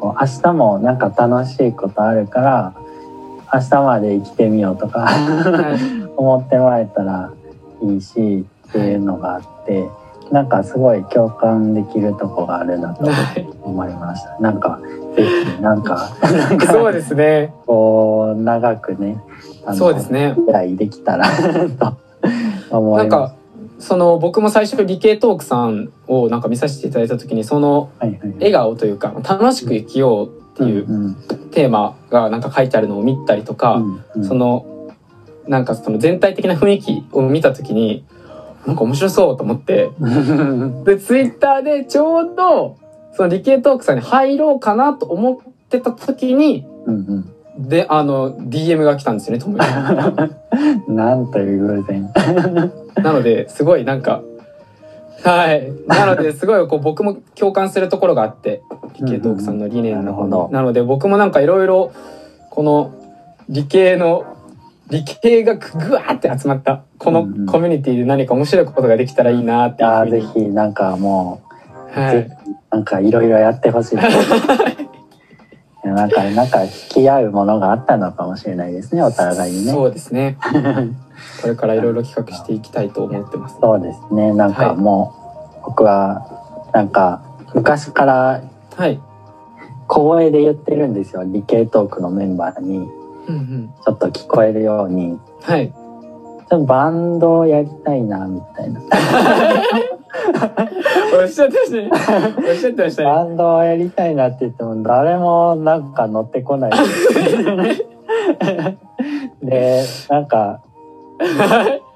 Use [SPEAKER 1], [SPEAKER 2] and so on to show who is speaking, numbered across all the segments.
[SPEAKER 1] こう明日もなんか楽しいことあるから明日まで生きてみようと か思ってもらえたらいいしっていうのがあってなんかすごい共感できるとこがあるなと思いました。なんかぜひなんかなんか
[SPEAKER 2] そう ですね。
[SPEAKER 1] こう長くねあの
[SPEAKER 2] そうですね
[SPEAKER 1] 付き合いできたら と思
[SPEAKER 2] ないん
[SPEAKER 1] ま
[SPEAKER 2] かその僕も最初理系トークさんをなんか見させていただいた時にその
[SPEAKER 1] す。はいはい
[SPEAKER 2] 笑顔というか楽しく生きようっていうん
[SPEAKER 1] ん
[SPEAKER 2] テーマがなんか書いてあるのを見たりとか、
[SPEAKER 1] うん
[SPEAKER 2] そのなんかその全体的な雰囲気を見た時になんか面白そうと思って
[SPEAKER 1] うん
[SPEAKER 2] でツイッターでちょうどその理系トークさんに入ろうかなと思ってた時に
[SPEAKER 1] うん
[SPEAKER 2] であの DM が来たんですよね友達
[SPEAKER 1] うんなんという偶然。
[SPEAKER 2] なのですごいなんかはいなのですごいこう僕も共感するところがあって理系トークさんの理念の方に
[SPEAKER 1] うんうんなるほど
[SPEAKER 2] なので僕もなんかいろいろこの理系の理系がぐわーって集まったこの
[SPEAKER 1] うんうん
[SPEAKER 2] コミュニティで何か面白いことができたらいいなってい
[SPEAKER 1] あー
[SPEAKER 2] う
[SPEAKER 1] ぜ
[SPEAKER 2] ふうに
[SPEAKER 1] ひなんかもう、
[SPEAKER 2] は
[SPEAKER 1] ぜ
[SPEAKER 2] い
[SPEAKER 1] ひなんかいろいろやってほ しい。なんかなんか引き合うものがあったのかもしれないですねお互いにね。
[SPEAKER 2] そうですねこれからいろいろ企画していきたいと思ってます
[SPEAKER 1] そうですねなんかもう、僕はなんか昔から
[SPEAKER 2] はい、
[SPEAKER 1] 小声で言ってるんですよ理系トークのメンバーに
[SPEAKER 2] うんうん、
[SPEAKER 1] ちょっと聞こえるように
[SPEAKER 2] はい
[SPEAKER 1] ちょっとバンドをやりたいなみたいな
[SPEAKER 2] おっしゃってましたねおっしゃってましたね
[SPEAKER 1] バンドをやりたいなって言っても誰もなんか乗ってこない でなんか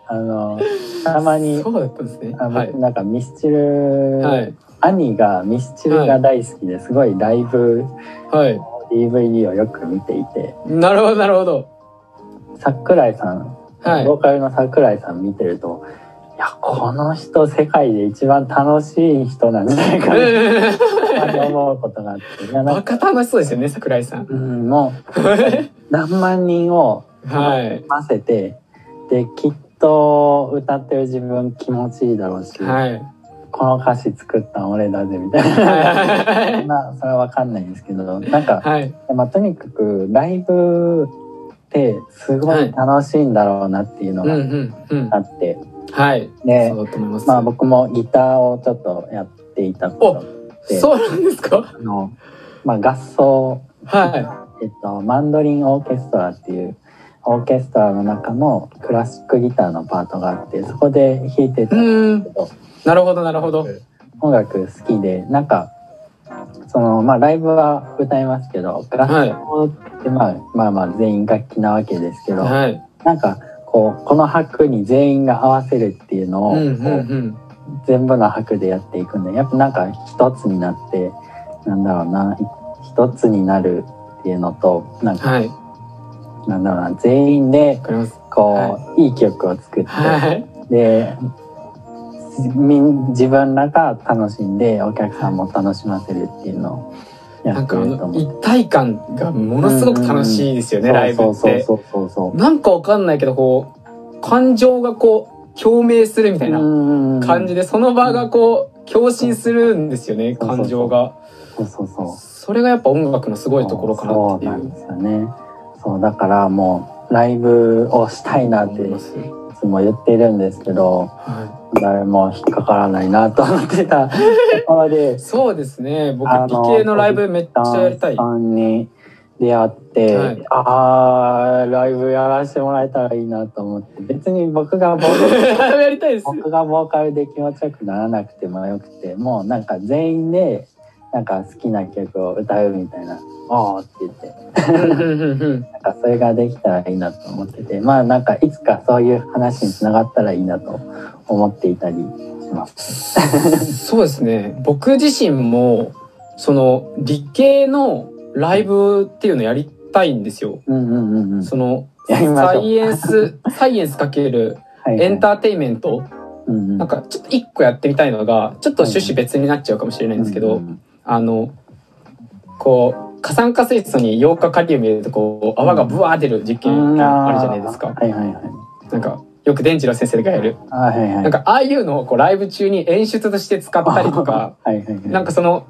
[SPEAKER 1] あのたまに
[SPEAKER 2] そうだったんですね
[SPEAKER 1] あ
[SPEAKER 2] は
[SPEAKER 1] 僕
[SPEAKER 2] い
[SPEAKER 1] なんかミスチル、
[SPEAKER 2] はい
[SPEAKER 1] 兄がミスチルが大好きですごいライブ
[SPEAKER 2] はい
[SPEAKER 1] DVD をよく見ていて
[SPEAKER 2] なるほどなるほど。
[SPEAKER 1] 桜井さん
[SPEAKER 2] はい。
[SPEAKER 1] ボーカルの桜井さん見てると、い、やこの人世界で一番楽しい人なんじゃないかな って思うことがあっていやな
[SPEAKER 2] バ
[SPEAKER 1] んか
[SPEAKER 2] カ楽しそうですよね桜井さん。
[SPEAKER 1] うんもう
[SPEAKER 2] は
[SPEAKER 1] 何万人を
[SPEAKER 2] い
[SPEAKER 1] 合わせて、できっと歌ってる自分気持ちいいだろうし、
[SPEAKER 2] はい
[SPEAKER 1] この歌詞作ったん俺だぜみたいな。
[SPEAKER 2] は い
[SPEAKER 1] まあそれは分かんないですけどなんか、
[SPEAKER 2] はい
[SPEAKER 1] まあ、とにかくライブってすごい楽しいんだろうなっていうの
[SPEAKER 2] うんう
[SPEAKER 1] が
[SPEAKER 2] んうん
[SPEAKER 1] あって、
[SPEAKER 2] はい。
[SPEAKER 1] で
[SPEAKER 2] そうだと思います。
[SPEAKER 1] まあ僕もギターをちょっとやっていたことで
[SPEAKER 2] そうなんですか。
[SPEAKER 1] あの、まあ、合奏、
[SPEAKER 2] は
[SPEAKER 1] えっと、マンドリンオーケストラっていうオーケストラの中のクラシックギターのパートがあってそこで弾いて
[SPEAKER 2] い。
[SPEAKER 1] た
[SPEAKER 2] う
[SPEAKER 1] です
[SPEAKER 2] んーん
[SPEAKER 1] けど
[SPEAKER 2] なるほどなるほど。
[SPEAKER 1] 音楽好きでなんかそのまあライブは歌いますけどクラシッ
[SPEAKER 2] はい
[SPEAKER 1] クって、まあ、まあまあ全員楽器なわけですけど、
[SPEAKER 2] はい。
[SPEAKER 1] なんかこうこの拍に全員が合わせるっていうのを、
[SPEAKER 2] うんう
[SPEAKER 1] こうん全部の拍でやっていくんでやっぱなんか一つになってなんだろうない一つになるっていうのとなん
[SPEAKER 2] うん。
[SPEAKER 1] か、
[SPEAKER 2] はい。わ
[SPEAKER 1] なんだろうな全員で
[SPEAKER 2] かります。
[SPEAKER 1] こう、い、い曲を作って、
[SPEAKER 2] はい
[SPEAKER 1] でみん自分らが楽しんでお客さんも楽しませるっていうのをや
[SPEAKER 2] なん
[SPEAKER 1] って
[SPEAKER 2] かあ
[SPEAKER 1] ると
[SPEAKER 2] の
[SPEAKER 1] 思う。
[SPEAKER 2] 一体感がものすごく楽しいですよねライブ
[SPEAKER 1] そう
[SPEAKER 2] っ
[SPEAKER 1] そう
[SPEAKER 2] て。
[SPEAKER 1] そうそうそう。
[SPEAKER 2] なんかわかんないけどこう感情がこう共鳴するみたいな。感じ
[SPEAKER 1] で。
[SPEAKER 2] でその場がこう共振するんですよね
[SPEAKER 1] そうそうそう
[SPEAKER 2] 感情が
[SPEAKER 1] そうそうそう。
[SPEAKER 2] それがやっぱ音楽のすごいところかなってい
[SPEAKER 1] そうなん
[SPEAKER 2] う
[SPEAKER 1] ですよね。そうだからもうライブをしたいなって
[SPEAKER 2] 思い
[SPEAKER 1] い
[SPEAKER 2] ます
[SPEAKER 1] つも言ってるんですけど、
[SPEAKER 2] は
[SPEAKER 1] 誰も引っかからないなと思って たところで
[SPEAKER 2] いそうですね僕
[SPEAKER 1] あの
[SPEAKER 2] 理系のライブめっちゃやりたい
[SPEAKER 1] さんに出会って、
[SPEAKER 2] はい
[SPEAKER 1] ああライブやらせてもらえたらいいなと思って別に僕がボーカル
[SPEAKER 2] ライブやりたいです
[SPEAKER 1] 僕がボーカルで気持ちよくならなくてもよくてもうなんか全員でなんか好きな曲を歌うみたいな「おーって言ってなんかそれができたらいいなと思っててまあなんかいつかそういう話につながったらいいなと思っていたりします。
[SPEAKER 2] そうですね僕自身もその理系のライブっていうのやりたいんですよ
[SPEAKER 1] うんうんうんうん
[SPEAKER 2] その
[SPEAKER 1] やりまし
[SPEAKER 2] サ
[SPEAKER 1] ょう
[SPEAKER 2] イエンスサイエンスかける
[SPEAKER 1] はいはい
[SPEAKER 2] エンターテインメント
[SPEAKER 1] うん
[SPEAKER 2] なんかちょっと一個やってみたいのがちょっと趣旨別になっちゃうかもしれないんですけど、
[SPEAKER 1] うん
[SPEAKER 2] あのこう過酸化水素にヨウ化カリウム入れるとこう泡がブワー出る実験あるじゃないですか、
[SPEAKER 1] はいはいはい。
[SPEAKER 2] なんかよく電池の先生がやる、
[SPEAKER 1] あはいはい。
[SPEAKER 2] なんかああいうのをこうライブ中に演出として使ったりとか
[SPEAKER 1] はいはいはい。
[SPEAKER 2] なんかその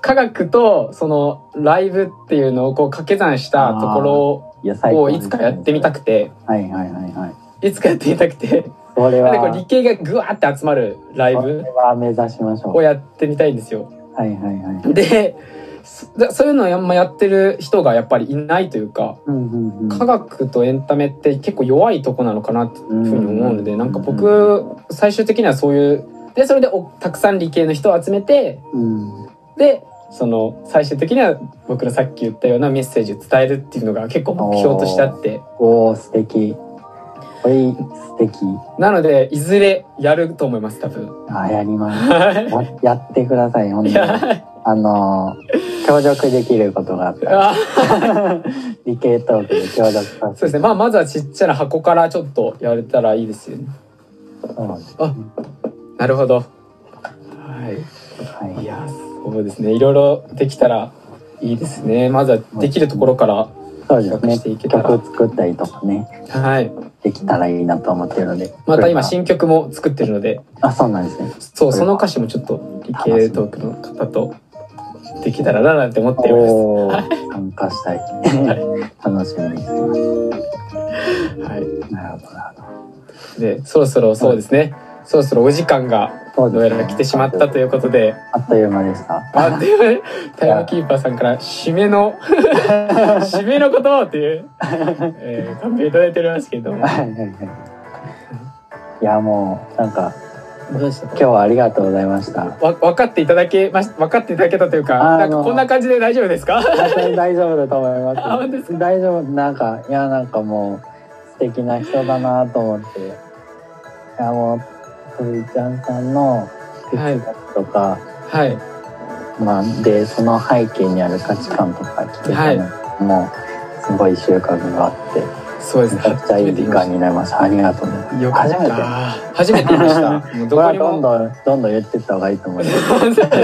[SPEAKER 2] 科学とそのライブっていうのをこう掛け算したとこ
[SPEAKER 1] いや最
[SPEAKER 2] ろ
[SPEAKER 1] 高
[SPEAKER 2] を
[SPEAKER 1] です
[SPEAKER 2] いつかやってみたくて、
[SPEAKER 1] はいはいはいはい
[SPEAKER 2] いつかやってみたくて、
[SPEAKER 1] それは
[SPEAKER 2] なんでこう理系がぐわーって集まるライ
[SPEAKER 1] そ
[SPEAKER 2] ブ
[SPEAKER 1] れは目指しましょう
[SPEAKER 2] をやってみたいんですよ。
[SPEAKER 1] はいはいはい
[SPEAKER 2] で、そだそういうのをあんまやってる人がやっぱりいないというか、
[SPEAKER 1] うんうんうん
[SPEAKER 2] 科学とエンタメって結構弱いとこなのかなっていうふうに思うので、
[SPEAKER 1] うん
[SPEAKER 2] なんか僕、最終的にはそういう、で、それでおたくさん理系の人を集めて、
[SPEAKER 1] うん
[SPEAKER 2] で、その最終的には僕のさっき言ったようなメッセージを伝えるっていうのが結構目標としてあって、
[SPEAKER 1] おお素敵これ素敵
[SPEAKER 2] なので、いずれやると思います、多分。
[SPEAKER 1] あやります
[SPEAKER 2] は
[SPEAKER 1] ややってください本当
[SPEAKER 2] い。い
[SPEAKER 1] に
[SPEAKER 2] や
[SPEAKER 1] あ、のー協力できることがあったら
[SPEAKER 2] あ
[SPEAKER 1] 理系トークで協力さ
[SPEAKER 2] そうですね。まあ、まずはちっちゃな箱からちょっとやれたらいいですよね。
[SPEAKER 1] そうなんです
[SPEAKER 2] なるほど。はい。
[SPEAKER 1] はい
[SPEAKER 2] やそうですねいろいろできたらいいですねまずはできるところから
[SPEAKER 1] いそうです
[SPEAKER 2] 企画してい
[SPEAKER 1] ね
[SPEAKER 2] けたら
[SPEAKER 1] 曲作ったりとかね
[SPEAKER 2] はい
[SPEAKER 1] できたらいいなと思ってるので
[SPEAKER 2] また今
[SPEAKER 1] これ
[SPEAKER 2] 新曲も作ってるので
[SPEAKER 1] はあそうなんですね
[SPEAKER 2] そうその歌詞もちょっと理系トークの方とできたらななんて思っております
[SPEAKER 1] おー参加したい楽しみにしてますなるほど
[SPEAKER 2] は
[SPEAKER 1] なるほ
[SPEAKER 2] いでそろそろそうですね、そろそろお時間が
[SPEAKER 1] ど
[SPEAKER 2] どうやら来てしまったということで
[SPEAKER 1] あっという間でした
[SPEAKER 2] あでタイムキーパーさんから締め の締めの言葉っていう、えー、カンペいただいておりますけれども
[SPEAKER 1] はいはい はいいやもうなんか
[SPEAKER 2] どうでした
[SPEAKER 1] 今日はありがとうございました
[SPEAKER 2] わ分かっていただけまし分かっていただけたというか
[SPEAKER 1] あーあ
[SPEAKER 2] なんか
[SPEAKER 1] の
[SPEAKER 2] こんな感じで大丈夫ですか
[SPEAKER 1] 大丈夫だと思います
[SPEAKER 2] あ本当です
[SPEAKER 1] 大丈夫なんかいやなんかもう素敵な人だなと思っていやもうとりちゃんさんの哲学とか、
[SPEAKER 2] はい
[SPEAKER 1] まあ、でその背景にある価値観とか聞けたのも、うすごい収穫があって
[SPEAKER 2] そうです
[SPEAKER 1] め
[SPEAKER 2] ね
[SPEAKER 1] ちゃくちゃいい時間
[SPEAKER 2] に
[SPEAKER 1] になりましたありがとうございます
[SPEAKER 2] よかった初めて言い ましたもう
[SPEAKER 1] こ
[SPEAKER 2] ど
[SPEAKER 1] れ
[SPEAKER 2] こ
[SPEAKER 1] はどん
[SPEAKER 2] に も
[SPEAKER 1] どんどんどん言ってった方がいいと思います
[SPEAKER 2] ちょっと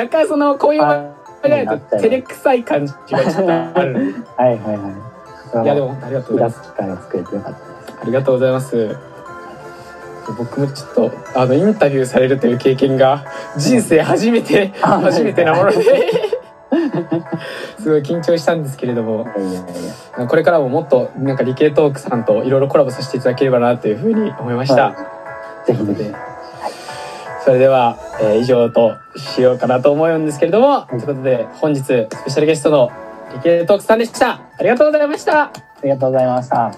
[SPEAKER 2] 若干そのこういう話
[SPEAKER 1] はい
[SPEAKER 2] 題ないと照れくさい感じがちょっとあるので
[SPEAKER 1] はいはいはい
[SPEAKER 2] いやでもありがとう
[SPEAKER 1] イラ
[SPEAKER 2] ございます
[SPEAKER 1] ストから作れてよかったです
[SPEAKER 2] ありがとうございます僕もちょっとあのインタビューされるという経験が人生初めて
[SPEAKER 1] あ
[SPEAKER 2] 初めてなもので すごい緊張したんですけれども
[SPEAKER 1] いやいやいや
[SPEAKER 2] これからももっとなんか理系トークさんといろいろコラボさせていただければなというふうに思いました。
[SPEAKER 1] はいぜひぜひ
[SPEAKER 2] それでは、えー以上としようかなと思うんですけれども、ということで本日スペシャルゲストの理系トークさんでした。ありがとうございました。
[SPEAKER 1] ありがとうございました